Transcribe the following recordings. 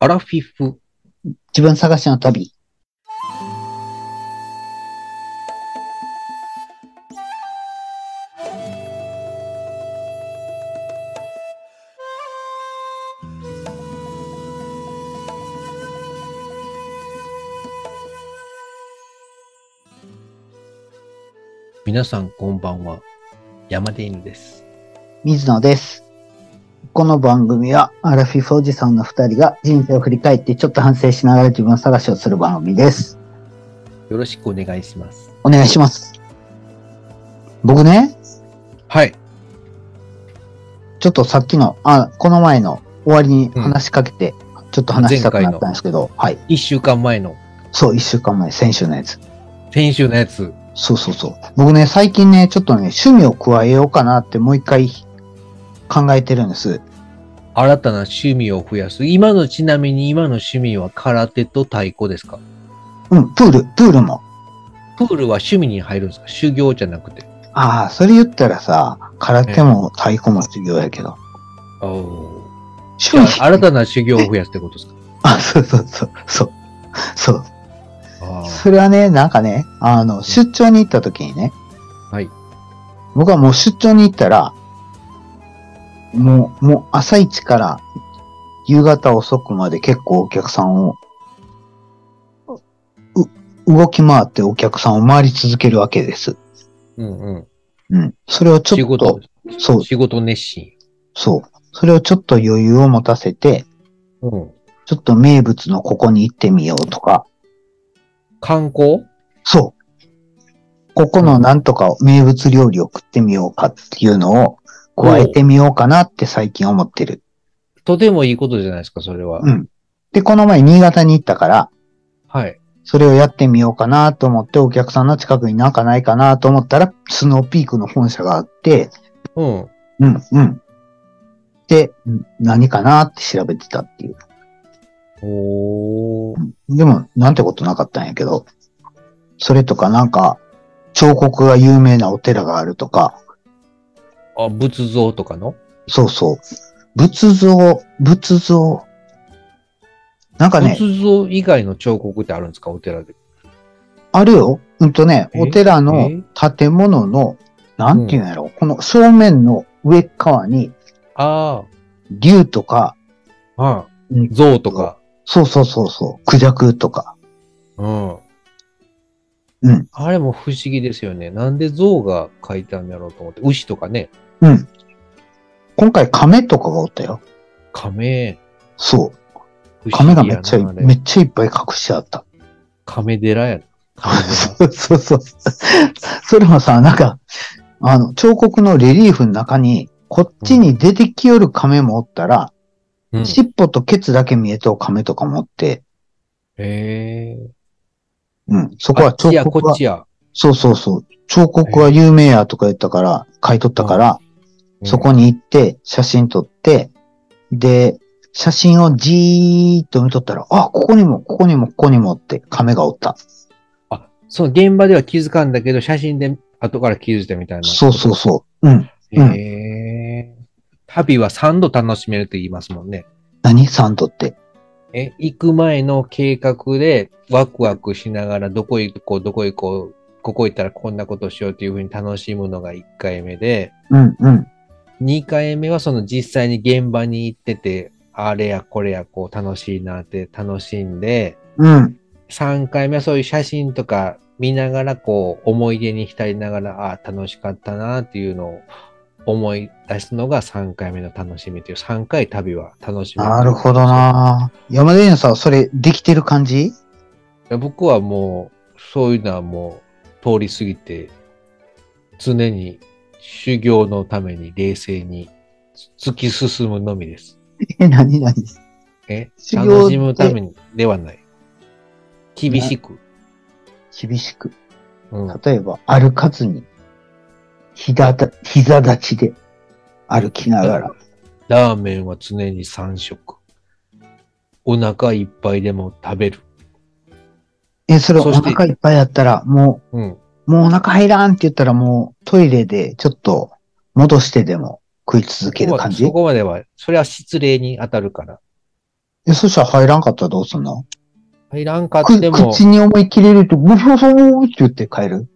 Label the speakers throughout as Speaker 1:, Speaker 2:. Speaker 1: アラフィフ。
Speaker 2: 自分探しの旅。
Speaker 1: 皆さんこんばんは。山で犬です。
Speaker 2: 水野です。この番組は、アラフィフおじさんの二人が人生を振り返ってちょっと反省しながら自分探しをする番組です。
Speaker 1: よろしくお願いします。
Speaker 2: お願いします。僕ね、
Speaker 1: はい。
Speaker 2: ちょっとさっきの、あ、この前の終わりに話しかけて、ちょっと話したくなったんですけど、はい。
Speaker 1: 一週間前の
Speaker 2: そう、一週間前、先週のやつ。
Speaker 1: 先週のやつ。
Speaker 2: そうそうそう。僕ね、最近ね、ちょっとね、趣味を加えようかなってもう一回考えてるんです。
Speaker 1: 新たな趣味を増やす。今のちなみに今の趣味は空手と太鼓ですか
Speaker 2: うん、プール、プールも。
Speaker 1: プールは趣味に入るんですか修行じゃなくて。
Speaker 2: ああ、それ言ったらさ、空手も太鼓も修行やけど。趣味
Speaker 1: 新たな修行を増やすってことですか
Speaker 2: あ、そうそうそう、そう。そう。
Speaker 1: あ
Speaker 2: それはね、なんかね、あの、出張に行った時にね、
Speaker 1: ーはい。
Speaker 2: 僕はもう出張に行ったら、もう、もう朝一から夕方遅くまで結構お客さんを、う、動き回ってお客さんを回り続けるわけです。
Speaker 1: うんうん。
Speaker 2: うん。それをち
Speaker 1: 仕
Speaker 2: ょっと
Speaker 1: 事、、
Speaker 2: そう、
Speaker 1: 仕事熱心。
Speaker 2: そう。それをちょっと余裕を持たせて、
Speaker 1: うん。
Speaker 2: ちょっと名物のここに行ってみようとか、
Speaker 1: 観光
Speaker 2: そう。ここのなんとか名物料理を食ってみようかっていうのを加えてみようかなって最近思ってる。
Speaker 1: とてもいいことじゃないですか、それは。
Speaker 2: うん。で、この前新潟に行ったから、
Speaker 1: はい。
Speaker 2: それをやってみようかなと思って、お客さんの近くになんかないかなと思ったら、スノーピークの本社があって、
Speaker 1: うん。
Speaker 2: うん、うん。で、うん何かなって調べてたっていう。
Speaker 1: おー。
Speaker 2: でも、なんてことなかったんやけど、それとかなんか、彫刻が有名なお寺があるとか、
Speaker 1: あ、仏像とかの
Speaker 2: そうそう。仏像、仏像。なんかね、
Speaker 1: 仏像以外の彫刻ってあるんですかお寺で。
Speaker 2: あるよ。うんとね、
Speaker 1: え
Speaker 2: お寺の
Speaker 1: え
Speaker 2: 建物の、なんていうんやろ、この正面の上っ側に、
Speaker 1: あ
Speaker 2: 竜とか、
Speaker 1: あ、は
Speaker 2: う
Speaker 1: い
Speaker 2: ん。
Speaker 1: 像とか。
Speaker 2: そうそうそうそう、クジャクとか。
Speaker 1: うん。
Speaker 2: うん。
Speaker 1: あれも不思議ですよね。なんで像が描いてあるんだろうと思って。牛とかね。
Speaker 2: うん。今回亀とかがおったよ。
Speaker 1: 亀。
Speaker 2: そ
Speaker 1: 不
Speaker 2: う。亀が
Speaker 1: 思議
Speaker 2: め
Speaker 1: や
Speaker 2: っちゃい、
Speaker 1: な。あれ
Speaker 2: めっちゃいっぱい隠してあった。
Speaker 1: 亀寺やな。亀寺。
Speaker 2: そうそうそう。それもさ、なんか、あの、彫刻のレリーフの中に、こっちに出てきよる亀もおったら、
Speaker 1: うん、
Speaker 2: 尻尾とケツだけ見えとう亀とかもおって、
Speaker 1: えー。
Speaker 2: うん、そこ
Speaker 1: あ
Speaker 2: は
Speaker 1: っち
Speaker 2: 彫
Speaker 1: や、
Speaker 2: 刻
Speaker 1: こ
Speaker 2: は
Speaker 1: っち、や。
Speaker 2: そうそうそう、彫刻は有名やとか言ったから、買い取ったから、そこ
Speaker 1: に。
Speaker 2: に行って、写真撮って、で、写真をじーっと見とったら、あ、ここにも、ここにも、ここにもって亀がおった。
Speaker 1: あ、その現場では気づかんだけど、写真で後から気づいたみたいな。
Speaker 2: そうそうそう。うん。
Speaker 1: へ
Speaker 2: うん
Speaker 1: え旅は3度楽しめると言いますもんね。
Speaker 2: 何サンドって。
Speaker 1: え、行く前の計画でワクワクしながらどこ行こう、どこ行こう、ここ行ったらこんなことしようというふうに楽しむのが1回目で、
Speaker 2: うん、うん。
Speaker 1: 2回目はその実際に現場に行ってて、あれやこれやこう楽しいなって楽しんで、
Speaker 2: うん。
Speaker 1: 3回目はそういう写真とか見ながらこう思い出に浸りながら、ああ、楽しかったなっていうのを思い出すのが3回目の楽しみという、3回旅は楽しみ。
Speaker 2: なるほど。な山田園さん、それできてる感じ
Speaker 1: い や僕はもう、そういうのはもう通り過ぎて、常に修行のために冷静に突き進むのみです。
Speaker 2: え、なになに
Speaker 1: え
Speaker 2: 修行って
Speaker 1: 楽しむためにではない。厳しく。
Speaker 2: 厳しく。
Speaker 1: うん、
Speaker 2: 例えば、歩かずに、ひだた、膝立ちで歩きながら。
Speaker 1: ラーメンは常に3食。お腹いっぱいでも食べる。
Speaker 2: え、それ
Speaker 1: そ
Speaker 2: お
Speaker 1: して
Speaker 2: 腹いっぱいやったら、も
Speaker 1: うん。
Speaker 2: う、もうお腹入らんって言ったら、もうトイレでちょっと戻してでも食い続ける感
Speaker 1: そこ
Speaker 2: じ
Speaker 1: はそこまでは、それは失礼に当たるから。
Speaker 2: え、そしたら入らんかったらどうすんの
Speaker 1: 入らんかっ
Speaker 2: く
Speaker 1: ても、
Speaker 2: 口に思い切れると、ブフフフって言って帰る。
Speaker 1: うん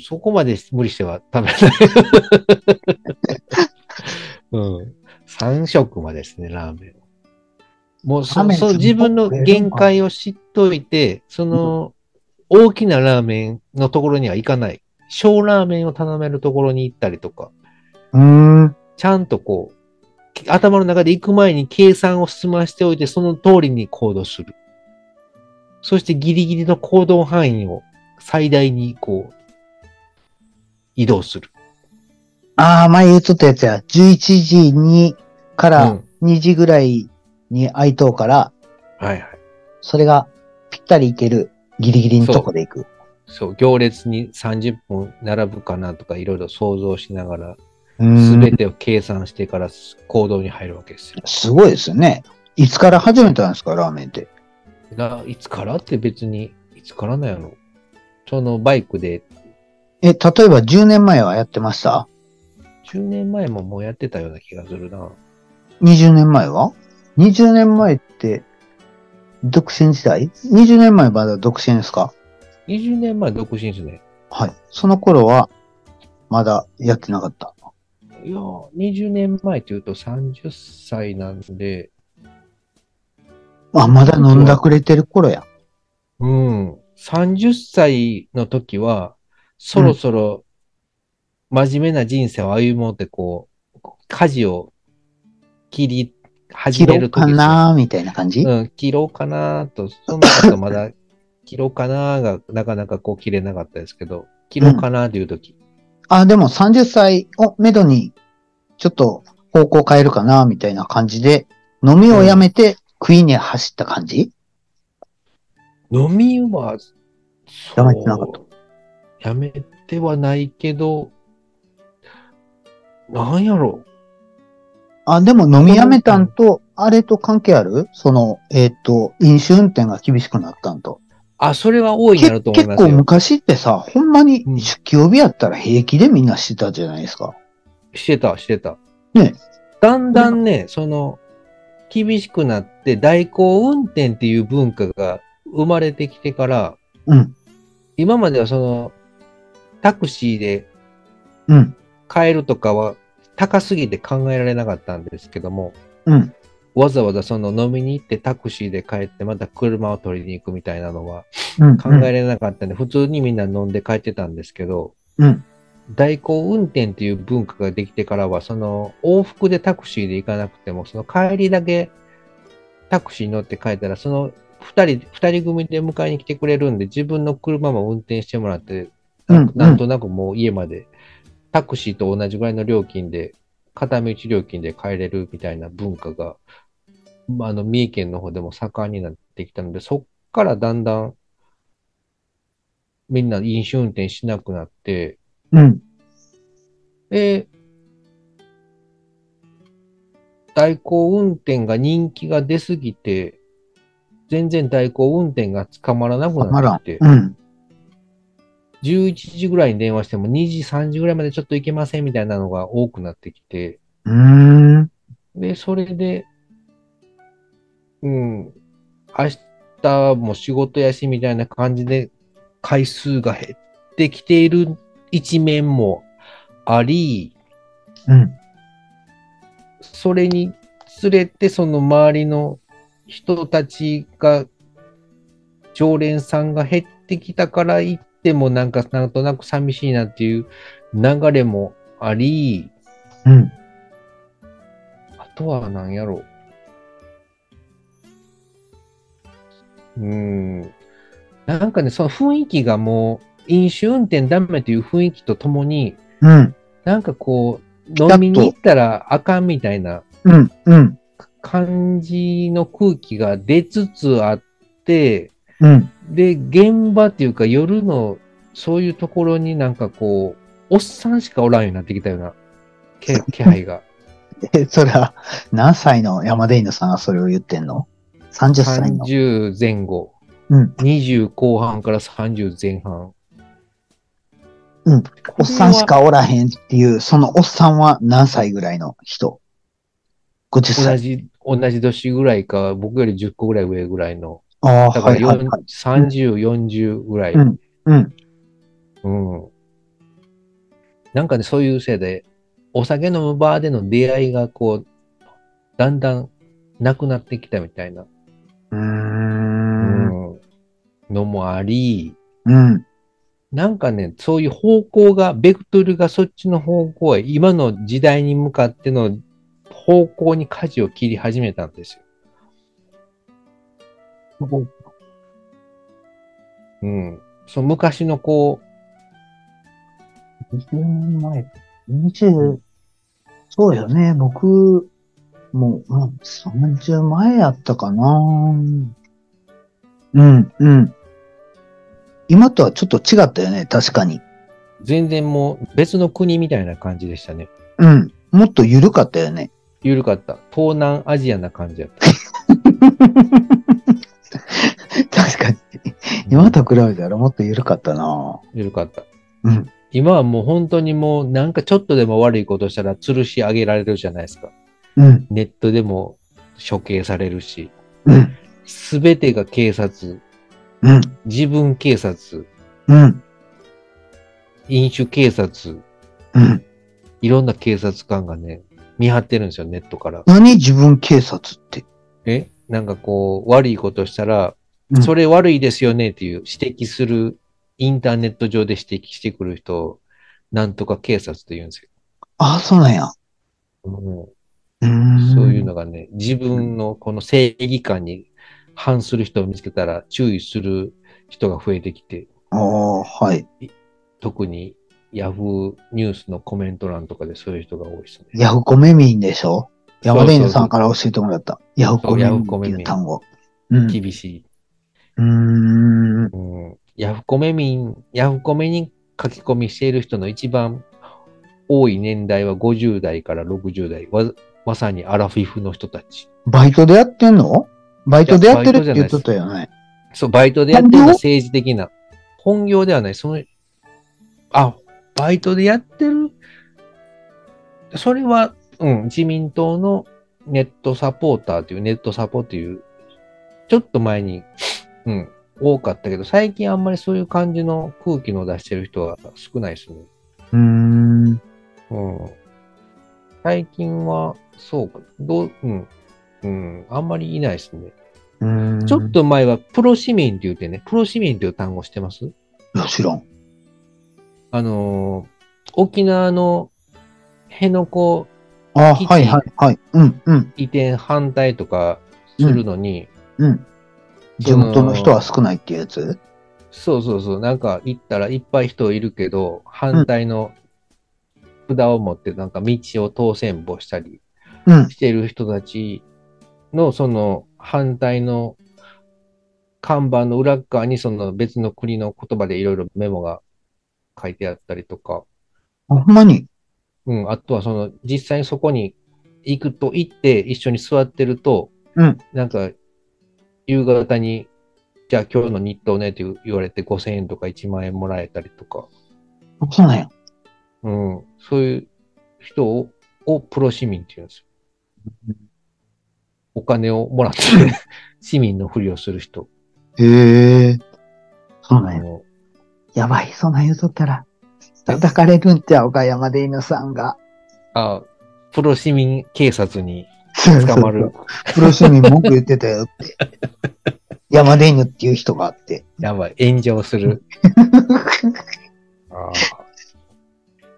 Speaker 1: そこまで無理しては食べない。 うん。3食までですね、ラーメン。もう
Speaker 2: ラー
Speaker 1: そ、
Speaker 2: メン
Speaker 1: そう、
Speaker 2: そんな
Speaker 1: 自分の
Speaker 2: 食えるのか
Speaker 1: 限界を知っといて、その、大きなラーメンのところには行かない。小ラーメンを頼めるところに行ったりとか、
Speaker 2: うーん。
Speaker 1: ちゃんとこう、き頭の中で行く前に計算を済ましておいて、その通りに行動する。そしてギリギリの行動範囲を最大にこう、移動する。
Speaker 2: ああ、前言っとったやつや。11時に、か
Speaker 1: う
Speaker 2: ら
Speaker 1: ん
Speaker 2: 2時ぐらいに空いとうから、
Speaker 1: はいはい。
Speaker 2: それがぴったりいけるギリギリのとこで行く。
Speaker 1: そう、行列に30分並ぶかなとかいろいろ想像しながら、
Speaker 2: う
Speaker 1: す
Speaker 2: ー
Speaker 1: べ
Speaker 2: ん。
Speaker 1: てを計算してから行動に入るわけですよ。
Speaker 2: すごいですよね。いつから始めたんですか、ラーメンって。
Speaker 1: ないつからって別に、いつからなんやろ。そのバイクで、
Speaker 2: え、例えば10年前はやってました
Speaker 1: 10年前ももうやってたような気がするな。
Speaker 2: ?20 年前は ?20 年前って、独身時代 ?20 年前まだ独身ですか
Speaker 1: 20年前独身ですね。
Speaker 2: はい。その頃は、まだやってなかった。
Speaker 1: いやー、20年前というと30歳なんで、
Speaker 2: あ、まだ飲んだくれてる頃や。
Speaker 1: うん、30歳の時は、そろそろ真面目な人生を歩もうって、こう、舵を切り始
Speaker 2: 切
Speaker 1: め
Speaker 2: ろう
Speaker 1: る
Speaker 2: か
Speaker 1: 時ですね
Speaker 2: なーみたいな感じ、
Speaker 1: うん、切ろうかなーと、そんなことまだ、切ろうかなーがなかなかこう切れなかったですけど、切ろうかなーっていう時、
Speaker 2: あ、でも30歳をめどに、ちょっと方向変えるかなみたいな感じで、飲みをやめて食いに走った感じ、
Speaker 1: 飲みは、。
Speaker 2: やめてなかった
Speaker 1: やめてはないけど、なんやろ
Speaker 2: あ、でも飲みやめたんと、あれと関係あるその、えっ、と、飲酒運転が厳しくなったんと。
Speaker 1: あ、それは大いになると思
Speaker 2: け
Speaker 1: いま
Speaker 2: 結
Speaker 1: す
Speaker 2: 構
Speaker 1: よ。
Speaker 2: 昔ってさ、ほんまに
Speaker 1: うん
Speaker 2: 出勤日やったら平気でみんなしてたじゃないですか。
Speaker 1: してた、してた。
Speaker 2: ね
Speaker 1: だんだんね、その、厳しくなって、代行運転っていう文化が生まれてきてから、
Speaker 2: うん、
Speaker 1: 今まではその、タクシーで
Speaker 2: うん、
Speaker 1: 買えるとかは高すぎて考えられなかったんですけども、
Speaker 2: うん。
Speaker 1: わざわざその飲みに行ってタクシーで帰ってまた車を取りに行くみたいなのは
Speaker 2: うん、
Speaker 1: 考えられなかったんで、普通にみんな飲んで帰ってたんですけど、
Speaker 2: うん。
Speaker 1: 代行運転っていう文化ができてからは、その往復でタクシーで行かなくても、その帰りだけタクシーに乗って帰ったら、その二人、二人組で迎えに来てくれるんで、自分の車も運転してもらって、な
Speaker 2: うん
Speaker 1: ん
Speaker 2: うん
Speaker 1: なんとなくもう家まで、タクシーと同じぐらいの料金で、片道料金で帰れるみたいな文化が、まあ、あの、三重県の方でも盛んになってきたので、そっからだんだん、みんな飲酒運転しなくなって、
Speaker 2: うん、
Speaker 1: で、代行運転が人気が出すぎて、全然代行運転が捕まらなく
Speaker 2: たま
Speaker 1: な
Speaker 2: ら
Speaker 1: っ
Speaker 2: ん
Speaker 1: てきて、
Speaker 2: うん。
Speaker 1: 11時ぐらいに電話しても2時、3時ぐらいまでちょっと行けませんみたいなのが多くなってきて、
Speaker 2: うーん。
Speaker 1: で、それで、うん、明日も仕事やしみたいな感じで回数が減ってきている一面もあり、
Speaker 2: うん。
Speaker 1: それにつれて、その周りの人たちが、常連さんが減ってきたから行っても、なんか、なんとなく寂しいなっていう流れもあり、
Speaker 2: うん。
Speaker 1: あとは何やろう。うーん。なんかね、その雰囲気がもう、飲酒運転ダメという雰囲気とともに、
Speaker 2: うん。
Speaker 1: なんかこう、
Speaker 2: タッと
Speaker 1: 飲みに行ったらあかんみたいな
Speaker 2: うん。うん。
Speaker 1: 感じの空気が出つつあって、
Speaker 2: うん。
Speaker 1: で、現場っていうか夜のそういうところになんかこう、おっさんしかおらんようになってきたような気気配が。
Speaker 2: え、それは、何歳の山田犬さんがそれを言ってんの ?30 歳の。
Speaker 1: 30前後。
Speaker 2: うん
Speaker 1: 20後半から30前半。
Speaker 2: うん
Speaker 1: これは。
Speaker 2: おっさんしかおらへんっていう、そのおっさんは何歳ぐらいの人50
Speaker 1: 同
Speaker 2: 歳。
Speaker 1: じ、同じ年ぐらいか、僕より10個ぐらい上ぐらいの、
Speaker 2: ああ、
Speaker 1: だか
Speaker 2: は
Speaker 1: ら
Speaker 2: いはい
Speaker 1: 4
Speaker 2: はい。
Speaker 1: 30、40ぐらい。
Speaker 2: うんうん。
Speaker 1: うん。なんかね、そういうせいで、お酒飲むバーでの出会いがこう、だんだんなくなってきたみたいな、
Speaker 2: うーん。
Speaker 1: うんのもあり、
Speaker 2: うん。
Speaker 1: なんかね、そういう方向が、ベクトルがそっちの方向へ、今の時代に向かっての方向に舵を切り始めたんですよ。うん。その昔のこ
Speaker 2: 20年前。20、そうよね。僕、もう、うん、30前やったかな。うん、うん。今とはちょっと違ったよね、確かに。
Speaker 1: う、全然もう別の国みたいな感じでしたね。
Speaker 2: うん。もっと緩かったよね。
Speaker 1: 緩かった。東南アジアな感じやった。
Speaker 2: 確かに。 今と比べたらもっと緩かったな。
Speaker 1: 緩かった。
Speaker 2: うん。
Speaker 1: 今はもう本当にもうなんかちょっとでも悪いことしたら吊るし上げられるじゃないですか。
Speaker 2: うん。
Speaker 1: ネットでも処刑されるし、
Speaker 2: うん。
Speaker 1: すべてが警察、
Speaker 2: うん。
Speaker 1: 自分警察、
Speaker 2: うん。
Speaker 1: 飲酒警察、
Speaker 2: うん。
Speaker 1: いろんな警察官がね、見張ってるんですよ、ネットから。
Speaker 2: 何自分警察って。
Speaker 1: えなんかこう、悪いことしたら、
Speaker 2: うん
Speaker 1: それ悪いですよねっていう指摘する、インターネット上で指摘してくる人を、なんとか警察と言うんですよ。
Speaker 2: ああ、そうなんや。
Speaker 1: うん
Speaker 2: うーん。
Speaker 1: そういうのがね、自分のこの正義感に反する人を見つけたら注意する人が増えてきて、
Speaker 2: ああ、はい。
Speaker 1: 特にヤフーニュースのコメント欄とかでそういう人が多いですね。
Speaker 2: ヤフコメ民でしょ山田犬さん
Speaker 1: か
Speaker 2: から教えてもらった。ヤフコメ民っていう単語。うん。う
Speaker 1: 厳しい。
Speaker 2: ーん。
Speaker 1: うん、ヤフコメ民、ヤフコメに書き込みしている人の一番多い年代は50代から60代、わまさにアラフィフの人たち。
Speaker 2: バイトでやってんのバイトでやってるって言ってたよね。
Speaker 1: そう、バイトでやってるのは
Speaker 2: 本業
Speaker 1: 政治的な。本業ではない。その、あ、バイトでやってる。それは、うん、自民党のネットサポーターという、ネットサポという、ちょっと前に、うん、多かったけど、最近あんまりそういう感じの空気の出してる人は少ないですね。
Speaker 2: うーん。
Speaker 1: うん。最近は、そうか、どう、うん、うん、あんまりいないですね。
Speaker 2: うーん
Speaker 1: ちょっ。と前はプロ市民って言ってね、プロ市民っていう単語してます
Speaker 2: いや、知らん。
Speaker 1: あのー沖縄の辺野古
Speaker 2: ああ、
Speaker 1: 基地
Speaker 2: はいはいはい。うんうん
Speaker 1: 移転反対とかするのに、
Speaker 2: うん。地元の人は少ないっていうやつ
Speaker 1: そうそうそう、なんか行ったらいっぱい人いるけど、反対の札を持ってなんか道を通せんぼしたり
Speaker 2: うん。
Speaker 1: してる人たちのその反対の看板の裏っ側にその別の国の言葉でいろいろメモが書いてあったりとか、
Speaker 2: あほんまに。
Speaker 1: うん、あとはその、実際にそこに行くと、行って一緒に座ってると、
Speaker 2: うん
Speaker 1: なんか、夕方に、じゃあ今日の日当ねって言われて5000円とか1万円もらえたりとか、
Speaker 2: あそうなんや。
Speaker 1: うん、そういう人ををプロ市民って言うんですよ。お金をもらって、 市民のふりをする人。
Speaker 2: へえ。そうなんや。
Speaker 1: の
Speaker 2: やばい、そんなん言うとったら、叩かれるんちゃうか、山出犬さんが。
Speaker 1: あプロ市民警察に
Speaker 2: 捕
Speaker 1: 捕まる。。
Speaker 2: プロ市民文句言ってたよって。 山出犬っていう人があって。
Speaker 1: やばい、炎上する。あー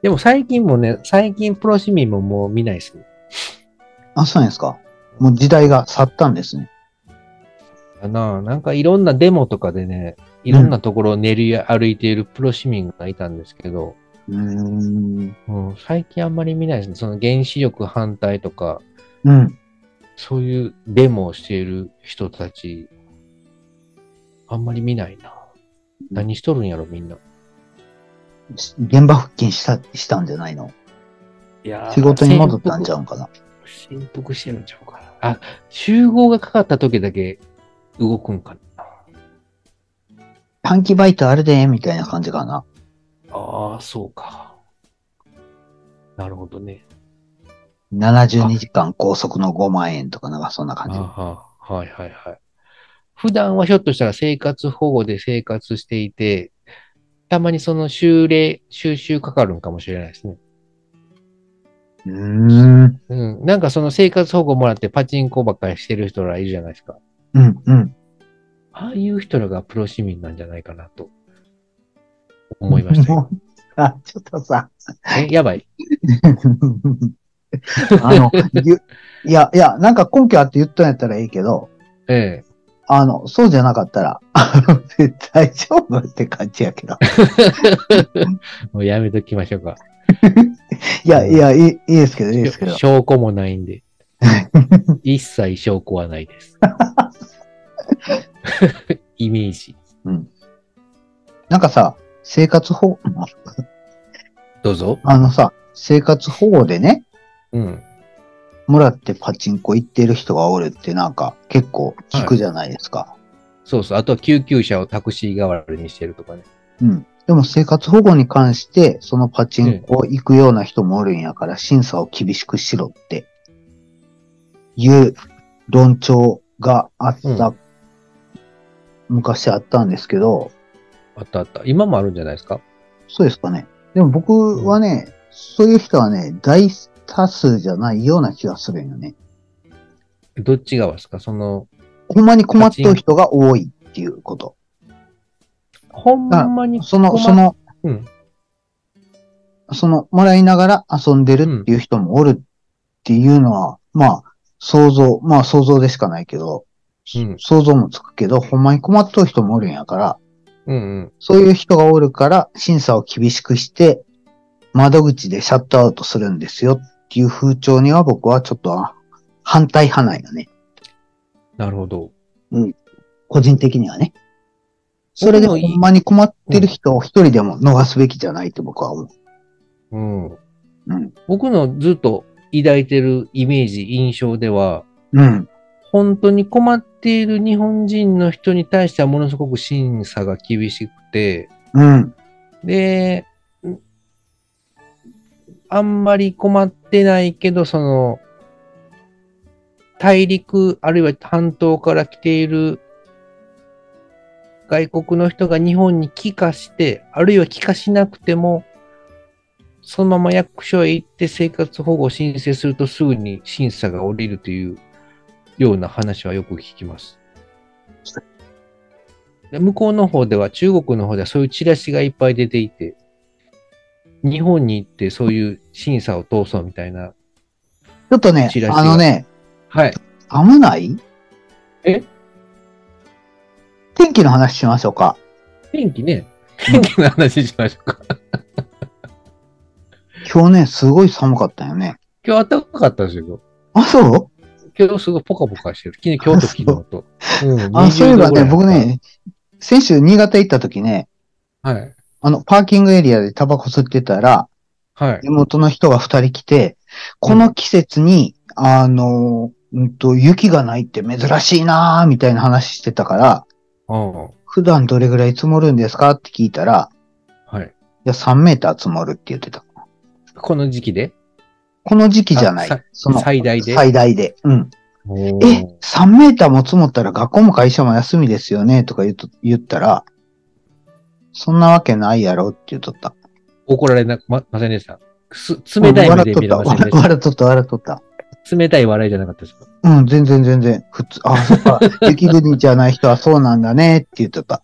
Speaker 1: でも最近もね、最近プロ市民ももう見ないですね。
Speaker 2: あ、そうなんですか。もう時代が去ったんですね。
Speaker 1: だなあなんかいろんなデモとかでね、いろんなところを練り歩いているプロ市民がいたんですけど、
Speaker 2: うーん。
Speaker 1: うん、最近あんまり見ないですね。その原子力反対とか、
Speaker 2: うん。
Speaker 1: そういうデモをしている人たち、あんまり見ないな。何しとるんやろ、みんな。
Speaker 2: 現場復帰した、したんじゃないの
Speaker 1: いや
Speaker 2: 仕事に戻ったんちゃうんかな。
Speaker 1: 振幅してるんちゃうかな。あ、集合がかかった時だけ動くんかな。
Speaker 2: 短期バイトあるで、みたいな感じかな。
Speaker 1: ああ、そうか。なるほどね。
Speaker 2: 72時間拘束の5万円とか、なんかそんな感じ。
Speaker 1: ああ、はいはいはい。普段はひょっとしたら生活保護で生活していて、たまにその修例、収集かかるんかもしれないですね。
Speaker 2: うーん。
Speaker 1: うん。なんかその生活保護もらってパチンコばっかりしてる人らいるじゃないですか。
Speaker 2: うん、うん。
Speaker 1: ああいう人らがプロ市民なんじゃないかなと思いました よ。
Speaker 2: もう あ、ちょっとさ、
Speaker 1: え、やばい。
Speaker 2: あの、ゆいや、いや、なんか根拠あって言ったんやったらいいけど、
Speaker 1: ええ。
Speaker 2: あの、そうじゃなかったら、 あの大丈夫って感じやけど。
Speaker 1: もうやめときましょうか。
Speaker 2: いや、いや、いい、いいですけど、いいですけど。
Speaker 1: 証拠もないんで。一切証拠はないです。 イメージ。
Speaker 2: なんかさ、生活保護、
Speaker 1: どうぞ。
Speaker 2: あのさ、生活保護でね、
Speaker 1: うん。
Speaker 2: もらってパチンコ行ってる人がおるってなんか結構聞くじゃないですか。
Speaker 1: そうそう。あとは救急車をタクシー代わりにしてるとかね。
Speaker 2: うん。でも生活保護に関して、そのパチンコ行くような人もおるんやから、審査を厳しくしろって、いう論調があった、
Speaker 1: う
Speaker 2: 昔あったんですけど、
Speaker 1: あったあった。今もあるんじゃないですか
Speaker 2: そうですかね。でも僕はね、そういう人はね、大多数じゃないような気がするんよね。
Speaker 1: どっち側ですかその、
Speaker 2: ほんまに困ってる人が多いっていうこと。
Speaker 1: ほんまに
Speaker 2: その、そ、の、
Speaker 1: うん。
Speaker 2: その、もらいながら遊んでるっていう人もおるっていうのは、まあ、想像、まあ想像でしかないけど、
Speaker 1: うん
Speaker 2: 想像もつくけど、ほんまに困っとる人もおるんやから、
Speaker 1: うんうん。
Speaker 2: そういう人がおるから審査を厳しくして、窓口でシャットアウトするんですよっていう風潮には僕はちょっとあ反対派なんよね。
Speaker 1: なるほど。
Speaker 2: 個人的にはね。それでほんまに困ってる人を一人でも逃すべきじゃないって僕は思う。
Speaker 1: うん。
Speaker 2: うん。
Speaker 1: 僕のずっと抱いてるイメージ、印象では、
Speaker 2: うん。
Speaker 1: 本当に困っている日本人の人に対してはものすごく審査が厳しくて、
Speaker 2: うん。
Speaker 1: で、んあんまり困ってないけど、その、大陸、あるいは半島から来ている外国の人が日本に帰化して、あるいは帰化しなくても、そのまま役所へ行って生活保護を申請するとすぐに審査が下りるというような話はよく聞きます。で向こうの方では、中国の方ではそういうチラシがいっぱい出ていて、日本に行ってそういう審査を通そうみたいな。
Speaker 2: ちょっとね
Speaker 1: チラ、シが
Speaker 2: あのね、
Speaker 1: はい。
Speaker 2: 危ない
Speaker 1: え
Speaker 2: 天気の話しましょうか。
Speaker 1: 天気ね。天気の話しましょうか。
Speaker 2: 今日ね、すごい寒かったよね。
Speaker 1: 今日暖かかったですけど、
Speaker 2: あ、そう
Speaker 1: 今日すごいポカポカしてる。昨日、今日と昨日と。 うん
Speaker 2: あ、そういえばね、
Speaker 1: 20度ぐ
Speaker 2: 僕
Speaker 1: らいあっ
Speaker 2: ね、先週新潟行った時ね、
Speaker 1: たはい。
Speaker 2: あの、パーキングエリアでタバコ吸ってたら、
Speaker 1: はい
Speaker 2: 地。元の人が二人来て、この季節に、あの、うんと、雪がないって珍しいなーみたいな話してたから、
Speaker 1: うん。
Speaker 2: 普段どれぐらい積もるんですかって聞いたら、
Speaker 1: はい。
Speaker 2: いや、3メーター積もるって言ってた。
Speaker 1: この時期で
Speaker 2: この時期じゃな
Speaker 1: あさ
Speaker 2: い。その
Speaker 1: 最大で
Speaker 2: 最大で。うん。
Speaker 1: おー
Speaker 2: え、3メーターも積もったら学校も会社も休みですよねとか言うと言ったら、そんなわけないやろって言っとった。
Speaker 1: 怒られなま、ませんでした。す冷たい目で見られま
Speaker 2: 笑
Speaker 1: せん
Speaker 2: っとっ
Speaker 1: で
Speaker 2: た。
Speaker 1: し
Speaker 2: 笑っとった、笑っとった。
Speaker 1: た。冷たい笑いじゃなかったですか
Speaker 2: うん、全然全然。普通、あ、そっ か。雪国じゃない人はそうなんだねって言っとった。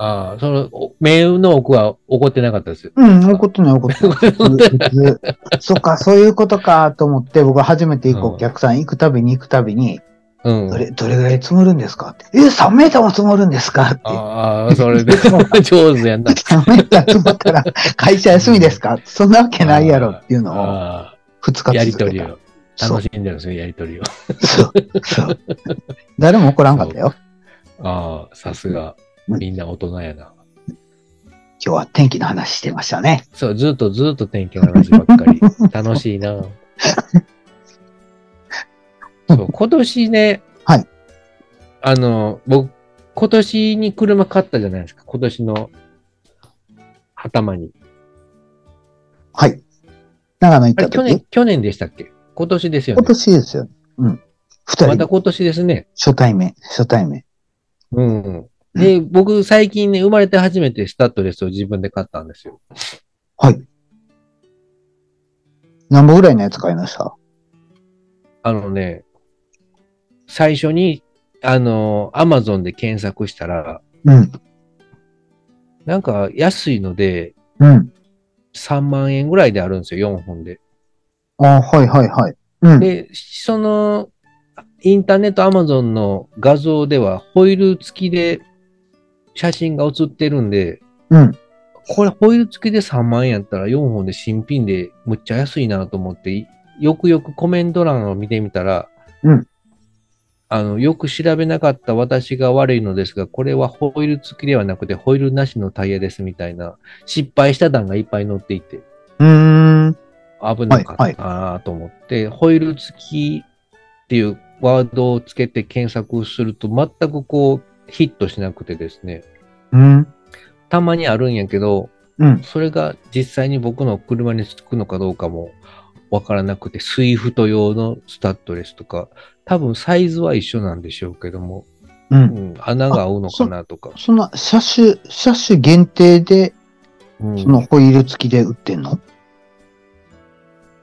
Speaker 1: ああ、その、お目の奥は怒ってなかったですよ。
Speaker 2: うん、怒ってない、怒ってない。
Speaker 1: 怒って
Speaker 2: 普通そっか、そういうことかと思って、僕は初めて行くお客さん行くたびに行くたびに、
Speaker 1: うん。
Speaker 2: どれ、どれぐらい積もるんですかって。え、3メーターも積もるんですかって。
Speaker 1: ああ、それで
Speaker 2: そう
Speaker 1: 上手や んな。
Speaker 2: 3メーター積もったら会社休みですかそんなわけないやろっていうのを
Speaker 1: あ
Speaker 2: 2
Speaker 1: あ
Speaker 2: 日
Speaker 1: やりと
Speaker 2: 続け
Speaker 1: り
Speaker 2: た。
Speaker 1: を。楽しんでるんですよ、やりとりを。
Speaker 2: そう、そう。誰も怒らんかったよ。
Speaker 1: ああ、さすが。
Speaker 2: うん
Speaker 1: みんな大人やな。
Speaker 2: 今日は天気の話してましたね。
Speaker 1: そう、ずっとずっと天気の話ばっか り。楽しいな。そう、今年ね。
Speaker 2: はい。
Speaker 1: あの、僕、今年に車買ったじゃないですか。今年の頭に。
Speaker 2: はい。長野行っ
Speaker 1: あれ、
Speaker 2: た
Speaker 1: 去
Speaker 2: 時
Speaker 1: 年、去年でしたっけ今年ですよ
Speaker 2: 今
Speaker 1: ね。
Speaker 2: 年ですよ。うん。二
Speaker 1: ま
Speaker 2: 人
Speaker 1: た、今年ですね。
Speaker 2: 初対面、初対面。
Speaker 1: うん。で、僕、最近ね、生まれて初めてスタッドレスを自分で買ったんですよ。
Speaker 2: はい。何本ぐらいのやつ買いました
Speaker 1: あのね、最初に、あの、アマゾンで検索したら、
Speaker 2: うん。
Speaker 1: なんか安いので、
Speaker 2: うん。
Speaker 1: 3万円ぐらいであるんですよ、4本で。
Speaker 2: あはいはいはい。うん。
Speaker 1: で、その、インターネットアマゾンの画像では、ホイール付きで写真が写ってるんで、
Speaker 2: うん。
Speaker 1: これホイール付きで3万円やったら4本で新品でむっちゃ安いなと思って、いよくよくコメント欄を見てみたら、
Speaker 2: うん
Speaker 1: あの、よく調べなかった私が悪いのですが、これはホイール付きではなくてホイールなしのタイヤですみたいな、失敗した段がいっぱい乗っていて、
Speaker 2: うーん。
Speaker 1: 危なかったなと思って、ホイール付きっていうワードをつけて検索すると全くこうヒットしなくてですね、
Speaker 2: うん。
Speaker 1: たまにあるんやけど、
Speaker 2: うん。
Speaker 1: それが実際に僕の車につくのかどうかもわからなくて、スイフト用のスタッドレスとか、多分サイズは一緒なんでしょうけども、
Speaker 2: う。
Speaker 1: うんん、穴が合うのかなとか。
Speaker 2: そんな、車種、車種限定で、
Speaker 1: うん
Speaker 2: そのホイール付きで売ってんの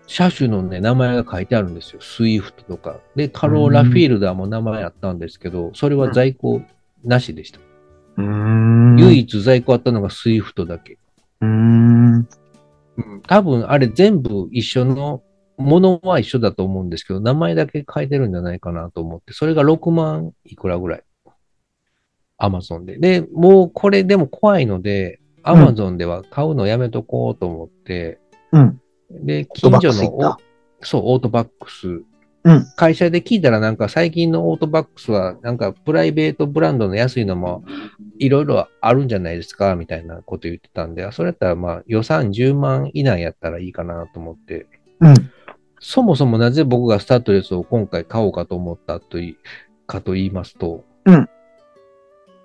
Speaker 1: 車種のね、名前が書いてあるんですよ。スイフトとか。で、カローラフィールダーも名前あったんですけど、それは在庫なしでした。
Speaker 2: うーん
Speaker 1: 唯
Speaker 2: 唯
Speaker 1: 一在庫あったのがスイフトだけ。
Speaker 2: うーん。
Speaker 1: 多分あれ全部一緒の、ものは一緒だと思うんですけど、名前だけ変えてるんじゃないかなと思って、それが6万いくらぐらい。アマゾンで。で、もうこれでも怖いので、アマゾンでは買うのやめとこうと思って、
Speaker 2: うん。
Speaker 1: で、近所
Speaker 2: オートバックス
Speaker 1: の
Speaker 2: 行った
Speaker 1: おそう、オートバックス。
Speaker 2: うん
Speaker 1: 会社で聞いたらなんか最近のオートバックスはなんかプライベートブランドの安いのもいろいろあるんじゃないですかみたいなこと言ってたんで、あそれやったらまあ予算10万以内やったらいいかなと思って、
Speaker 2: うん。
Speaker 1: そもそもなぜ僕がスタッドレスを今回買おうかと思ったといかと言いますと、
Speaker 2: うん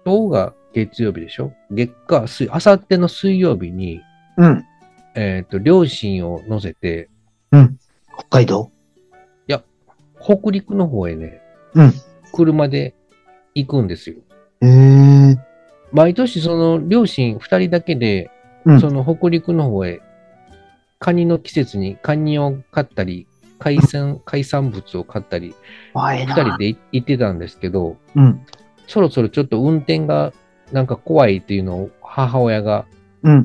Speaker 1: 今日が月曜日でしょ月火水、あさっての水曜日に、
Speaker 2: うん。
Speaker 1: えっ、と、両親を乗せて、
Speaker 2: 北海道
Speaker 1: 北陸の方へね、
Speaker 2: うん
Speaker 1: 車で行くんですよ。
Speaker 2: ええ。
Speaker 1: 毎年その両親2人だけで、
Speaker 2: うん
Speaker 1: その北陸の方へ、カニの季節にカニを買ったり、海 鮮、海産物を買ったり、
Speaker 2: わええ
Speaker 1: 2
Speaker 2: な。
Speaker 1: 人で行ってたんですけど、
Speaker 2: うん。
Speaker 1: そろそろちょっと運転がなんか怖いっていうのを母親が
Speaker 2: うん。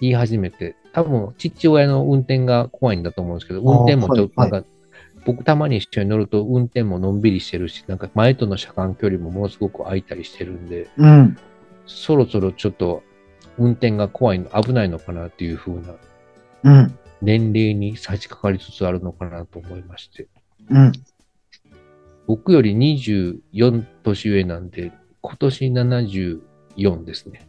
Speaker 1: 言い始めて、多分父親の運転が怖いんだと思うんですけど、運転もちょっと
Speaker 2: は
Speaker 1: ないんか、僕たまに一緒に乗ると運転ものんびりしてるし、なんか前との車間距離もものすごく空いたりしてるんで、
Speaker 2: うん。
Speaker 1: そろそろちょっと運転が怖いの、危ないのかなっていう風な
Speaker 2: うん。
Speaker 1: 年齢に差し掛かりつつあるのかなと思いまして、
Speaker 2: うん。
Speaker 1: 僕より24年上なんで、今年74ですね。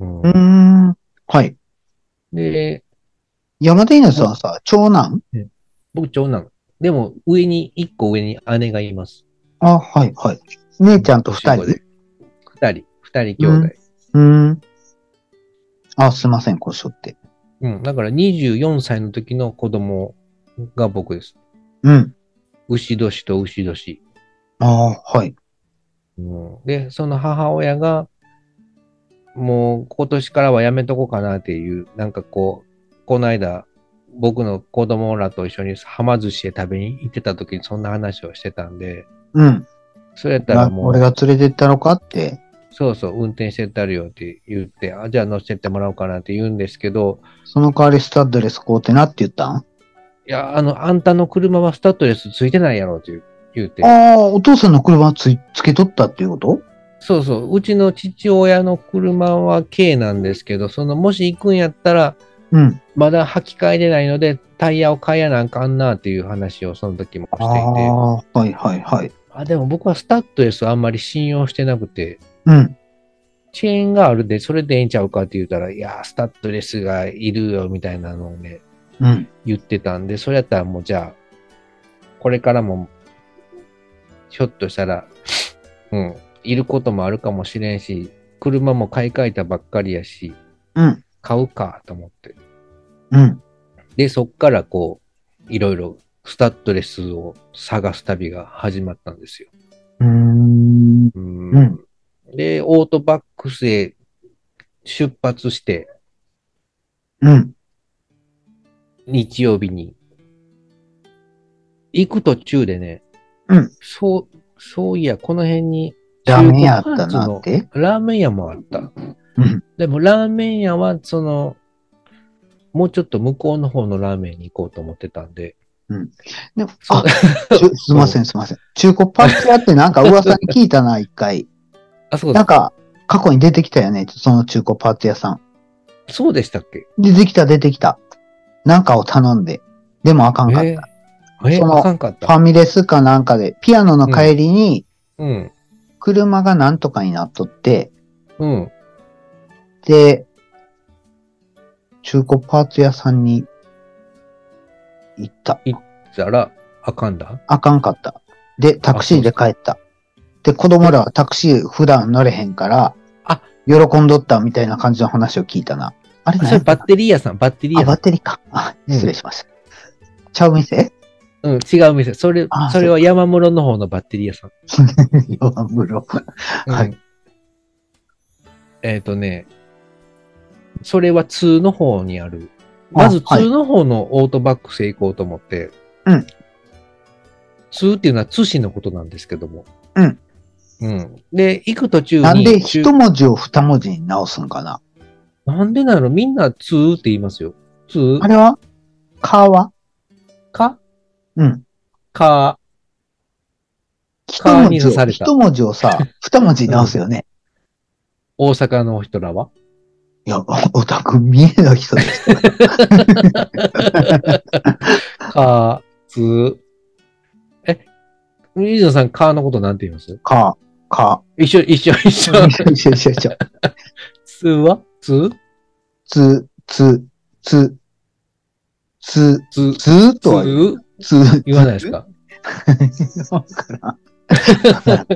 Speaker 1: うん
Speaker 2: うーん。はい。
Speaker 1: で、
Speaker 2: 山田稲さんはさ、長男
Speaker 1: 僕、長男。でも、上に、一個上に姉がいます。
Speaker 2: あ、はい、はい。姉ちゃんと二
Speaker 1: 年
Speaker 2: 人
Speaker 1: 子で二人、二人兄弟。
Speaker 2: うーん。あ、すいません、故障って。
Speaker 1: うん、だから24歳の時の子供が僕です。
Speaker 2: うん。
Speaker 1: 牛年と牛年。
Speaker 2: あーはい。
Speaker 1: うん、で、その母親が、もう今年からはやめとこうかなっていう、なんかこう、この間、僕の子供らと一緒にはま寿司へ食べに行ってた時にそんな話をしてたんで、
Speaker 2: うん。
Speaker 1: それやった
Speaker 2: な
Speaker 1: らもう
Speaker 2: 俺、が連れてったのかって。
Speaker 1: そうそう、運転してったるよって言って、あじゃあ乗せてってもらおうかなって言うんですけど、
Speaker 2: その代わりスタッドレス買うてなって言ったんあ
Speaker 1: いや、あの、あんたの車はスタッドレスついてないやろって言う言うて
Speaker 2: あ、ー、お父さんの車ついつけとったっていうこと
Speaker 1: そうそう、うちの父親の車は軽なんですけど、その、もし行くんやったら、
Speaker 2: うん。
Speaker 1: まだ履き替えれないので、タイヤを変えやなあかんなっていう話をその時もして
Speaker 2: あ
Speaker 1: い
Speaker 2: あ
Speaker 1: て、
Speaker 2: ー、はい、はい、はい。
Speaker 1: あでも僕はスタッドレスあんまり信用してなくて、
Speaker 2: うん。
Speaker 1: チェーンがあるで、それでええんちゃうかって言ったら、いやー、スタッドレスがいるよみたいなのをね、
Speaker 2: うん。
Speaker 1: 言ってたんで、それやったらもうじゃあ、これからも、ひょっとしたら、うん、いることもあるかもしれんし、車も買い替えたばっかりやし、
Speaker 2: うん。
Speaker 1: 買うかと思って。
Speaker 2: うん。
Speaker 1: で、そっからこう、いろいろスタッドレスを探す旅が始まったんですよ。
Speaker 2: うーん。
Speaker 1: うん
Speaker 2: うん
Speaker 1: で、オートバックスへ出発して、
Speaker 2: うん。
Speaker 1: 日曜日に。行く途中でね、
Speaker 2: うん
Speaker 1: そう、そういや、この辺に、
Speaker 2: ラーメン屋あったなって。
Speaker 1: ラーメン屋もあった。
Speaker 2: うん。
Speaker 1: でも、ラーメン屋は、その、もうちょっと向こうの方のラーメンに行こうと思ってたんで、
Speaker 2: でも
Speaker 1: そう
Speaker 2: あ、ちゅすいません、すいません。中古パッチ屋ってなんか噂に聞いたな、一回。
Speaker 1: あ、 そう
Speaker 2: なんか、過去に出てきたよね、その中古パーツ屋さん。
Speaker 1: そうでしたっけ
Speaker 2: 出てきた、出てきた。なんかを頼んで。でもあかんかった。
Speaker 1: えーえ
Speaker 2: その
Speaker 1: あかんかっ
Speaker 2: フ
Speaker 1: た。
Speaker 2: ァミレスかなんかで、ピアノの帰りに、
Speaker 1: うん。
Speaker 2: 車がなんとかになっとって、
Speaker 1: うん。
Speaker 2: で、中古パーツ屋さんに行った。
Speaker 1: したら、あかんだ
Speaker 2: あかんかった。で、タクシーで帰った。で、子供らはタクシー普段乗れへんから、
Speaker 1: あ
Speaker 2: 喜んどったみたいな感じの話を聞いたな。あれ
Speaker 1: あ
Speaker 2: 何
Speaker 1: そ
Speaker 2: や
Speaker 1: れ
Speaker 2: った
Speaker 1: バッテリー屋さん、バッテリー
Speaker 2: あ、
Speaker 1: 屋さ
Speaker 2: バ
Speaker 1: ん
Speaker 2: ッ。テリーか。あ、失礼しました。ちゃう店
Speaker 1: うん、違う店。それ
Speaker 2: あ、
Speaker 1: それは山室の方のバッテリー屋さん。
Speaker 2: 弱風呂。
Speaker 1: うん
Speaker 2: はい。
Speaker 1: えっ、とね、それは2の方にある。
Speaker 2: あ
Speaker 1: まず
Speaker 2: はい
Speaker 1: 2の方のオートバックスへ行こうと思って。
Speaker 2: うん。
Speaker 1: 2っていうのは津市のことなんですけども。
Speaker 2: うん。
Speaker 1: うん。で、行く途中に。
Speaker 2: なんで
Speaker 1: 中
Speaker 2: 一文字を二文字に直すんかな
Speaker 1: なんでなのみんな2って言いますよ。2
Speaker 2: あれはかは
Speaker 1: か
Speaker 2: うん。
Speaker 1: か。
Speaker 2: 一
Speaker 1: か
Speaker 2: 文
Speaker 1: に
Speaker 2: 字
Speaker 1: 刺さ
Speaker 2: を、
Speaker 1: れた
Speaker 2: 一文字をさ、二文字に直すよね。
Speaker 1: 大阪の人 らはい
Speaker 2: や、オタク見えの人です。
Speaker 1: か、つ、え、水野さん、かのことなんて言います
Speaker 2: か、か。
Speaker 1: 一緒、一緒、一緒。
Speaker 2: 一緒一緒一緒。
Speaker 1: つはつ
Speaker 2: つ、つ、つ、つ、
Speaker 1: つ、
Speaker 2: ずーっとは言う
Speaker 1: つ
Speaker 2: ずーっと
Speaker 1: 言わないですか
Speaker 2: わからん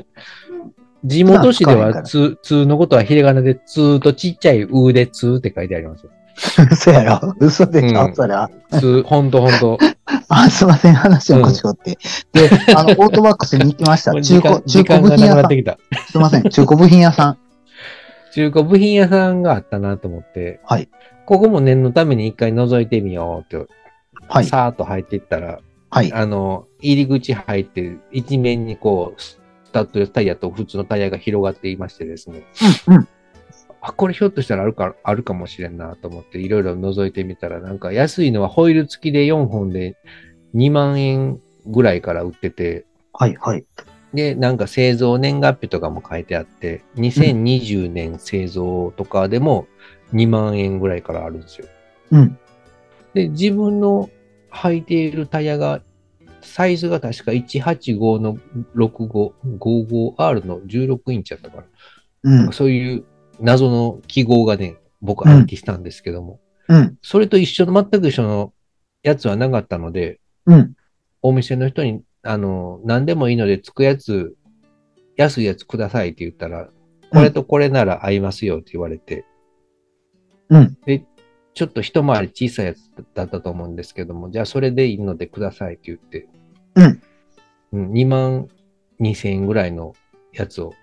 Speaker 1: 地元市ではつ、つのことはひらがなでつとちっちゃいうでつって書いてありますよ。
Speaker 2: 嘘やろ嘘でしょ、
Speaker 1: うん
Speaker 2: そりゃ。
Speaker 1: つ、ほんとほん と。
Speaker 2: あ、すいません、話をこしこって。で、あの、オートバックスに行きました。
Speaker 1: もう
Speaker 2: 中
Speaker 1: 時
Speaker 2: 古
Speaker 1: 間、
Speaker 2: 中
Speaker 1: 時
Speaker 2: 古
Speaker 1: 間
Speaker 2: 部
Speaker 1: が
Speaker 2: 品
Speaker 1: なく
Speaker 2: 屋
Speaker 1: な
Speaker 2: さ
Speaker 1: って
Speaker 2: ん。
Speaker 1: きた。
Speaker 2: すいません、中古部品屋さん。
Speaker 1: 中古部品屋さんがあったなと思って、
Speaker 2: はい
Speaker 1: ここも念のために一回覗いてみようって、
Speaker 2: はい、
Speaker 1: さーっと入っていったら、
Speaker 2: はい。
Speaker 1: あの、入り口入って、一面にこう、スタッドレスタイヤと普通のタイヤが広がっていましてですね。
Speaker 2: うんうん
Speaker 1: あ、これひょっとしたらあるか、あるかもしれんなと思って、いろいろ覗いてみたら、なんか安いのはホイール付きで4本で2万円ぐらいから売ってて、
Speaker 2: はい、はい。
Speaker 1: で、なんか製造年月日とかも書いてあって、2020年製造とかでも2万円ぐらいからあるんですよ。
Speaker 2: うん。
Speaker 1: で、自分の履いているタイヤが、サイズが確か185の 6555R の16インチだったから、
Speaker 2: うん。
Speaker 1: そういう謎の記号がね、僕は発揮したんですけども、
Speaker 2: うん。
Speaker 1: それと一緒の、全く一緒のやつはなかったので、
Speaker 2: うん。
Speaker 1: お店の人に、あの、何でもいいので、つくやつ、安いやつくださいって言ったら、これとこれなら合いますよって言われて、
Speaker 2: うん。
Speaker 1: ちょっと一回り小さいやつだったと思うんですけども、じゃあそれでいいのでくださいって言って、う
Speaker 2: うん
Speaker 1: ん。2万2千円ぐらいのやつを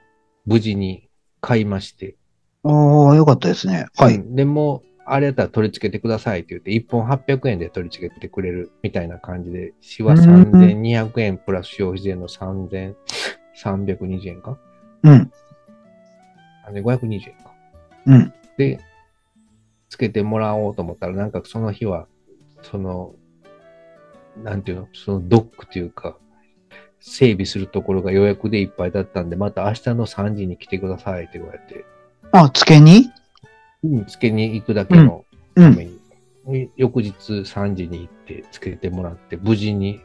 Speaker 1: 無事に買いまして、
Speaker 2: おー、よかったですね。は
Speaker 1: う
Speaker 2: い。
Speaker 1: んでも、あれやったら取り付けてくださいって言って、1本800円で取り付けてくれるみたいな感じで、シワ
Speaker 2: うん
Speaker 1: 3200円プラス消費税の3320円か
Speaker 2: うん。
Speaker 1: あれ520円か。
Speaker 2: うん。
Speaker 1: で、つけてもらおうと思ったら、なんかその日は、その、なんていうの、そのドックというか、整備するところが予約でいっぱいだったんで、また明日の3時に来てくださいって言われて、
Speaker 2: あ、つけに
Speaker 1: つけに行くだけの
Speaker 2: う
Speaker 1: た
Speaker 2: ん。
Speaker 1: めに、で翌日3時に行ってつけてもらって、無事に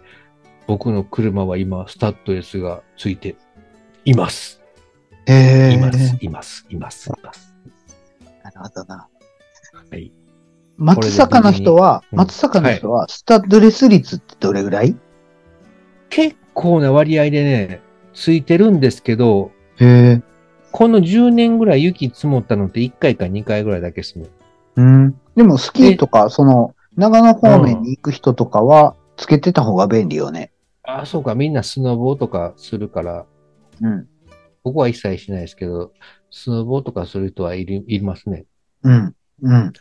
Speaker 1: 僕の車は今、スタッドレスがついています。
Speaker 2: へ
Speaker 1: います
Speaker 2: ー。、
Speaker 1: います、います、います。
Speaker 2: なるほどな。
Speaker 1: はい。
Speaker 2: 松坂の人は、
Speaker 1: これで無事にうん
Speaker 2: 松坂の人は、スタッドレス率ってどれぐらい
Speaker 1: 結構な割合でね、ついてるんですけど、
Speaker 2: へえ。
Speaker 1: この10年ぐらい雪積もったのって1回か2回ぐらいだけですね。
Speaker 2: うん。でも、スキーとか、その、長野方面に行く人とかは、つけてた方が便利よね。
Speaker 1: あ、そうか、みんなスノボーとかするから、
Speaker 2: うん。
Speaker 1: 僕は一切しないですけど、スノボーとかする人はいりいますね。
Speaker 2: うん。うん。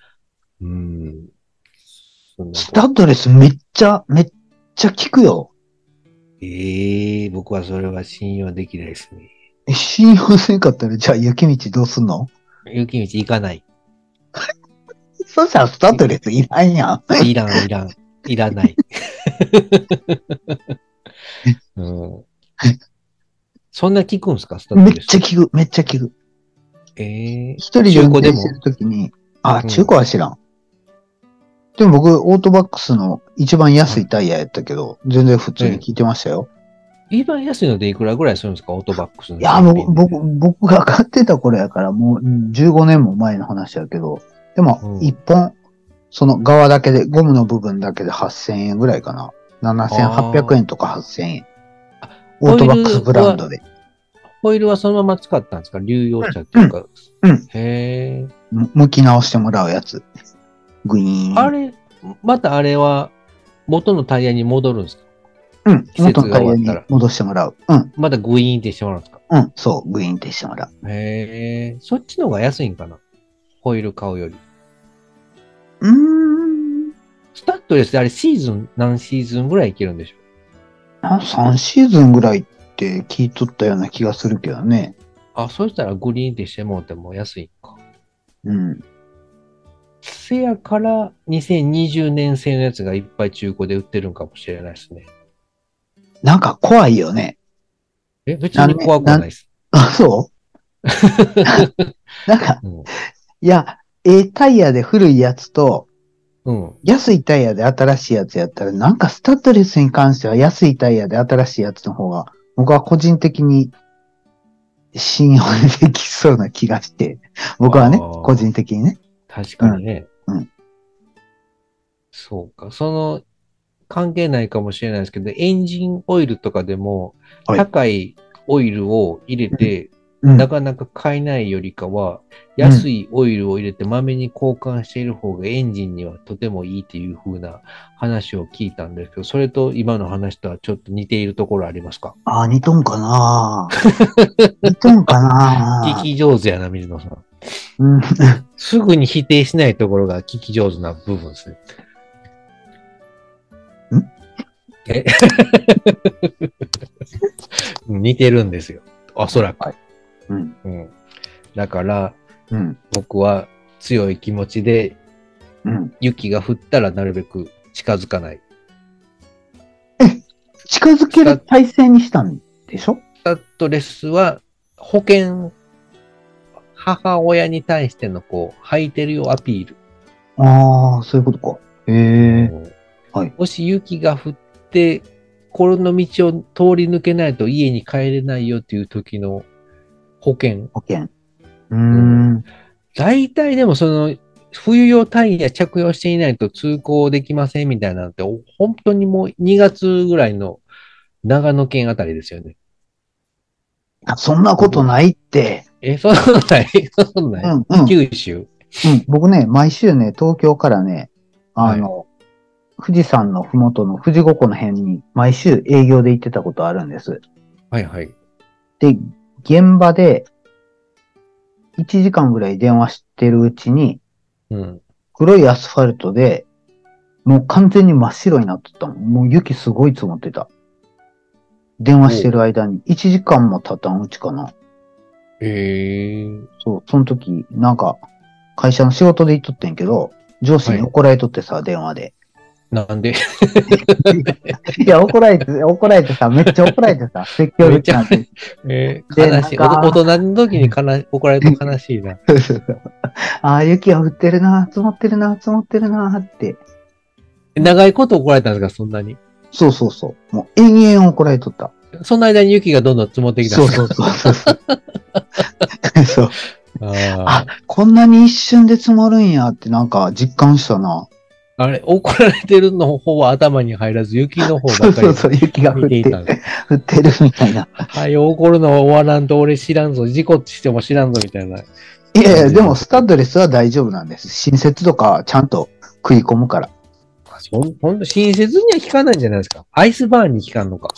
Speaker 1: うん。スノボ
Speaker 2: スタッドレスめっちゃ、めっちゃ効くよ。
Speaker 1: ええ僕はそれは信用できないですね。
Speaker 2: え信用せんかったら、じゃあ雪道どうすんの
Speaker 1: 雪道行かない。
Speaker 2: そしたらスタッドレスいらんやん。
Speaker 1: いらん、いらん。いら ない。うん、そんな聞くんですかスタッ
Speaker 2: め
Speaker 1: ド
Speaker 2: っ
Speaker 1: レス
Speaker 2: ちゃ効く、めっちゃ効く。
Speaker 1: ええ
Speaker 2: 一人で
Speaker 1: 中
Speaker 2: 運
Speaker 1: 古で
Speaker 2: 転
Speaker 1: も
Speaker 2: してるときに、あ、
Speaker 1: うん
Speaker 2: 中古は知らん。でも僕、オートバックスの一番安いタイヤやったけど、全然普通に聞いてましたよ。
Speaker 1: 一番安いのでいくらぐらいするんですかオートバックスの。
Speaker 2: いや、僕、僕、僕が買ってた頃やから、もううん15年も前の話やけど、
Speaker 1: う
Speaker 2: でも
Speaker 1: ん、
Speaker 2: 一本、その側だけで、ゴムの部分だけで8000円ぐらいかな。7800円とか8000円。オートバックスブランドで。
Speaker 1: ホイールはそのまま使ったんですか流用車っていうか。
Speaker 2: うんうん
Speaker 1: へえ。
Speaker 2: む向き直してもらうやつ。グイーン。
Speaker 1: あれ、またあれは元のタイヤに戻るんですか
Speaker 2: うん。
Speaker 1: 季節
Speaker 2: 元の
Speaker 1: が
Speaker 2: タイ
Speaker 1: 終わ
Speaker 2: ヤ
Speaker 1: った
Speaker 2: に
Speaker 1: ら
Speaker 2: 戻してもらう。うん。
Speaker 1: またグイーンってしてもらうんですか
Speaker 2: うん。そう。グイーンってしてもらう。
Speaker 1: へえ。そっちの方が安いんかなホイール買うより。
Speaker 2: うーん。
Speaker 1: スタッドレスであれシーズン、何シーズンぐらいいけるんでしょ
Speaker 2: あ3シーズンぐらいって聞いとったような気がするけどね。
Speaker 1: あ、そうしたらグリーンってしてもうても安いんか。
Speaker 2: うん。
Speaker 1: せやから2020年製のやつがいっぱい中古で売ってるんかもしれないですね。
Speaker 2: なんか怖いよね。
Speaker 1: え、別に怖くはないです。
Speaker 2: あ、そう なんか、
Speaker 1: うん。
Speaker 2: いや、ええタイヤで古いやつと、
Speaker 1: うん。
Speaker 2: 安いタイヤで新しいやつやったら、なんかスタッドレスに関しては安いタイヤで新しいやつの方が、僕は個人的に信用できそうな気がして、僕はね、
Speaker 1: あー
Speaker 2: 個人的にね。
Speaker 1: 確かにね。
Speaker 2: うんうん
Speaker 1: そうか。その、関係ないかもしれないですけど、エンジンオイルとかでも、
Speaker 2: はい
Speaker 1: 高いオイルを入れて、
Speaker 2: うん
Speaker 1: なかなか買えないよりかは、安いオイルを入れてまめに交換している方がエンジンにはとてもいいっていう風な話を聞いたんですけど、それと今の話とはちょっと似ているところありますか
Speaker 2: ああ、似とんかな似とんかな
Speaker 1: 聞き上手やな、水野さん。
Speaker 2: うん
Speaker 1: すぐに否定しないところが聞き上手な部分ですね。
Speaker 2: ん
Speaker 1: え 似てるんですよ。おそらく。
Speaker 2: うん。
Speaker 1: うん、だから、
Speaker 2: うん。
Speaker 1: 僕は強い気持ちで
Speaker 2: うん。
Speaker 1: 雪が降ったらなるべく近づかない。
Speaker 2: 近づける体制にしたんでしょ
Speaker 1: スタッドレスは保険、母親に対してのこう、履いてるよアピール。
Speaker 2: ああ、そういうことか。へえ。はい
Speaker 1: もし雪が降って、この道を通り抜けないと家に帰れないよっていう時の保険。
Speaker 2: 保険。うーん。
Speaker 1: 大体でもその、冬用タイヤ着用していないと通行できませんみたいなんて、お本当にもう2月ぐらいの長野県あたりですよね。
Speaker 2: あそんなことないって。
Speaker 1: え、そんなんない、そんなん
Speaker 2: う
Speaker 1: ない。
Speaker 2: ん、うん。うん
Speaker 1: 九州。
Speaker 2: 僕ね、毎週ね、東京からね、あの、富士山のふもとの富士五湖の辺に、毎週営業で行ってたことあるんです。
Speaker 1: はいはい。
Speaker 2: で、現場で、1時間ぐらい電話してるうちに、
Speaker 1: うん。
Speaker 2: 黒いアスファルトで、もう完全に真っ白になってたもん。もう雪すごい積もってた。電話してる間に、1時間も経たんうちかな。
Speaker 1: ええ
Speaker 2: そう、その時、なんか、会社の仕事で行っとってんけど、上司に怒られとってさ、電話で。
Speaker 1: なん で、
Speaker 2: いや、怒られ て、怒られてさ、めっちゃ怒られてさ、説教できたんて。
Speaker 1: え
Speaker 2: で
Speaker 1: ー、悲しい。お
Speaker 2: なんか
Speaker 1: 大人の時に悲し怒られると悲しいな。
Speaker 2: ああ、雪が降ってるな、積もってるな、積もってるな、って。
Speaker 1: 長いこと怒られたんですか、そんなに。
Speaker 2: そうそうそう。もう延々怒られとった。
Speaker 1: その間に雪がどんどん積もってきたん
Speaker 2: そ
Speaker 1: です
Speaker 2: う
Speaker 1: か。
Speaker 2: そうそうそ うそう。そう。
Speaker 1: あ
Speaker 2: あ、こんなに一瞬で積もるんやってなんか実感したな。
Speaker 1: ああれ、怒られてるの方は頭に入らず、雪の方
Speaker 2: そ
Speaker 1: ば
Speaker 2: う
Speaker 1: っかり
Speaker 2: そうそう、雪が降
Speaker 1: 見
Speaker 2: って
Speaker 1: い
Speaker 2: て、
Speaker 1: たん
Speaker 2: 降
Speaker 1: です。
Speaker 2: ってるみたいな。
Speaker 1: はい、怒るのは終わらんと俺知らんぞ、事故しても知らんぞみたいな。
Speaker 2: いやいや、でもスタッドレスは大丈夫なんです。新雪とかちゃんと食い込むから。
Speaker 1: ほんほんと親切には効かないんじゃないですか。アイスバーンに効かんのか。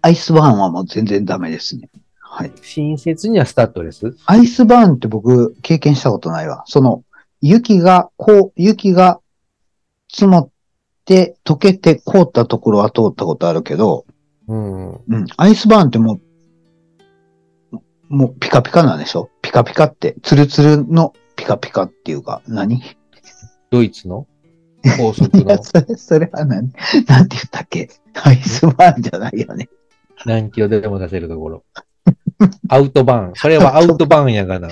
Speaker 2: アイスバーンはもう全然ダメですね。はい。
Speaker 1: 親切にはスタッドレス
Speaker 2: アイスバーンって僕経験したことないわ。その、雪が、こう、雪が積もって溶けて凍ったところは通ったことあるけど、
Speaker 1: うん。
Speaker 2: うん、アイスバーンってもう、もうピカピカなんでしょピカピカって、ツルツルのピカピカっていうか、何
Speaker 1: ドイツの高速
Speaker 2: いや、
Speaker 1: の
Speaker 2: それ、それは何、なんて言ったっけアイスバーンじゃないよね。
Speaker 1: 何キロでも出せるところ。アウトバーン。それはアウトバーンやがな。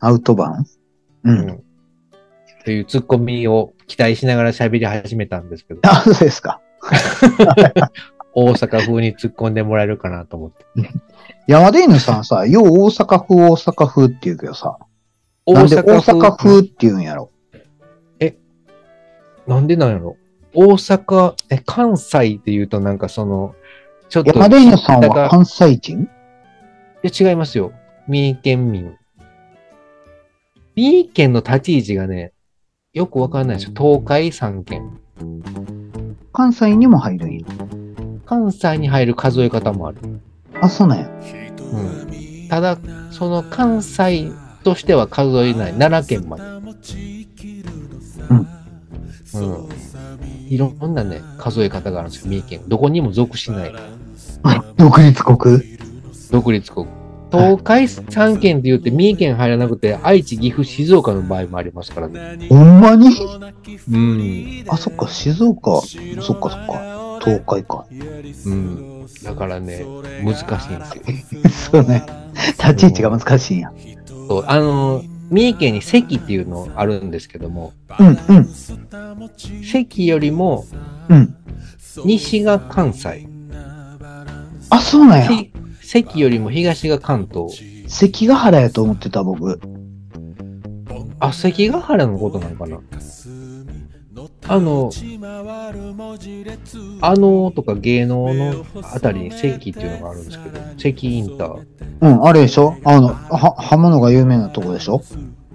Speaker 2: アウトバーンう。
Speaker 1: うんん。というツッコミを期待しながら喋り始めたんですけど、
Speaker 2: あ、そうですか。
Speaker 1: 大阪風に突っ込んでもらえるかなと思って。
Speaker 2: 山田犬さんさ、よう大阪風大阪風って言うけどさ、
Speaker 1: 大
Speaker 2: なんで大阪風って言うんやろ。
Speaker 1: なんでなんやろ大阪、え、関西って言うとなんかその、ちょっと、
Speaker 2: 山田犬さん
Speaker 1: だか
Speaker 2: は
Speaker 1: ら
Speaker 2: 関西人
Speaker 1: いや違いますよ。三重県民。三重県の立ち位置がね、よくわかんないですよ。東海三県。
Speaker 2: 関西にも入るんや。
Speaker 1: 関西に入る数え方もある。
Speaker 2: あ、そうなんや。
Speaker 1: うん、ただ、その関西としては数えない。奈良県まで。うん。いろんなね、数え方があるんですよ、三重県。どこにも属しない。
Speaker 2: あ独立国
Speaker 1: 独立国。東海三県って言って三重県入らなくて、愛知、岐阜、静岡の場合もありますからね。
Speaker 2: ほんまに
Speaker 1: うん。
Speaker 2: あ、そっか、静岡、そっかそっか、東海か。
Speaker 1: うん。だからね、難しいんですよ。
Speaker 2: そうね。 立ち位置が難しいんや。
Speaker 1: そうあの三重県に関っていうのあるんですけども
Speaker 2: うん、うん、
Speaker 1: 関よりも
Speaker 2: うん。
Speaker 1: 西が関西
Speaker 2: あ、そうなんや。
Speaker 1: ひ関よりも東が関東
Speaker 2: 関ヶ原やと思ってた僕。
Speaker 1: あ関ヶ原のことなのかなあのあのとか芸能のあたりに関っていうのがあるんですけど関インター
Speaker 2: うん、あれでしょあの、は、刃物が有名なとこでしょ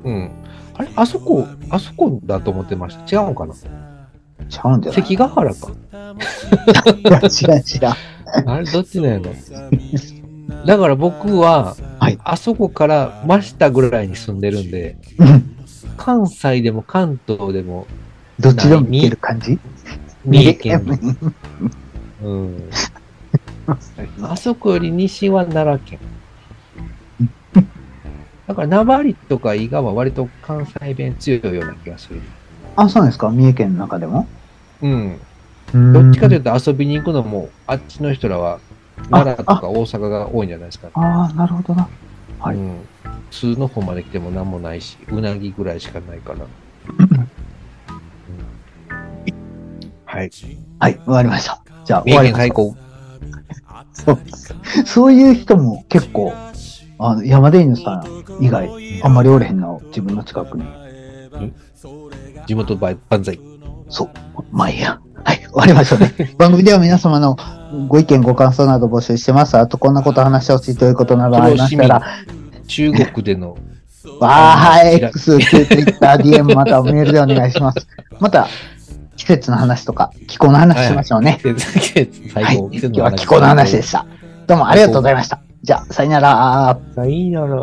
Speaker 1: うんあれあそこあそこだと思ってました違うのかな
Speaker 2: ちゃうんじゃない
Speaker 1: 関ヶ原 か
Speaker 2: いや、違う違う。
Speaker 1: あれどっちなんやろだから僕は、
Speaker 2: はい
Speaker 1: あそこから真下ぐらいに住んでるんで
Speaker 2: うん
Speaker 1: 関西でも関東でも
Speaker 2: どっちでもいける感じ
Speaker 1: 三重県に、
Speaker 2: に。
Speaker 1: うん、あそこより西は奈良県だから名張とか伊賀は割と関西弁強いような気がする
Speaker 2: あ、そうなんですか三重県の中でも
Speaker 1: うんどっちかという
Speaker 2: と。
Speaker 1: と遊びに行くのもあっちの人らは奈良とか大阪が多いんじゃないですか
Speaker 2: ああ、なるほどな。はい
Speaker 1: うん、普通の方まで来ても何もないしうなぎぐらいしかないから、はい
Speaker 2: はい、わかりました。じゃあ、終
Speaker 1: 三
Speaker 2: わ
Speaker 1: 重
Speaker 2: り
Speaker 1: 県
Speaker 2: ま
Speaker 1: 最
Speaker 2: し
Speaker 1: 高
Speaker 2: そうですそういう人も結構、あの山田犬さん以外、あんまりおれへんの、自分の近くに。
Speaker 1: 地元ば万歳
Speaker 2: そう。まあいいや。はい、終わりましょう ね。番組では皆様のご意見、ご感想など募集してます。あと、こんなこと話してほしいということな どありましたら、
Speaker 1: 中国での
Speaker 2: わーい、X、Twitter、DM、また はメールでお願いします。また、季節の話とか、気候の話しましょう ね。
Speaker 1: 季節季節
Speaker 2: はい、
Speaker 1: 最高、
Speaker 2: 今日は気候の話でした。どうもありがとうございました。じゃあ、さよなら。
Speaker 1: たいいなら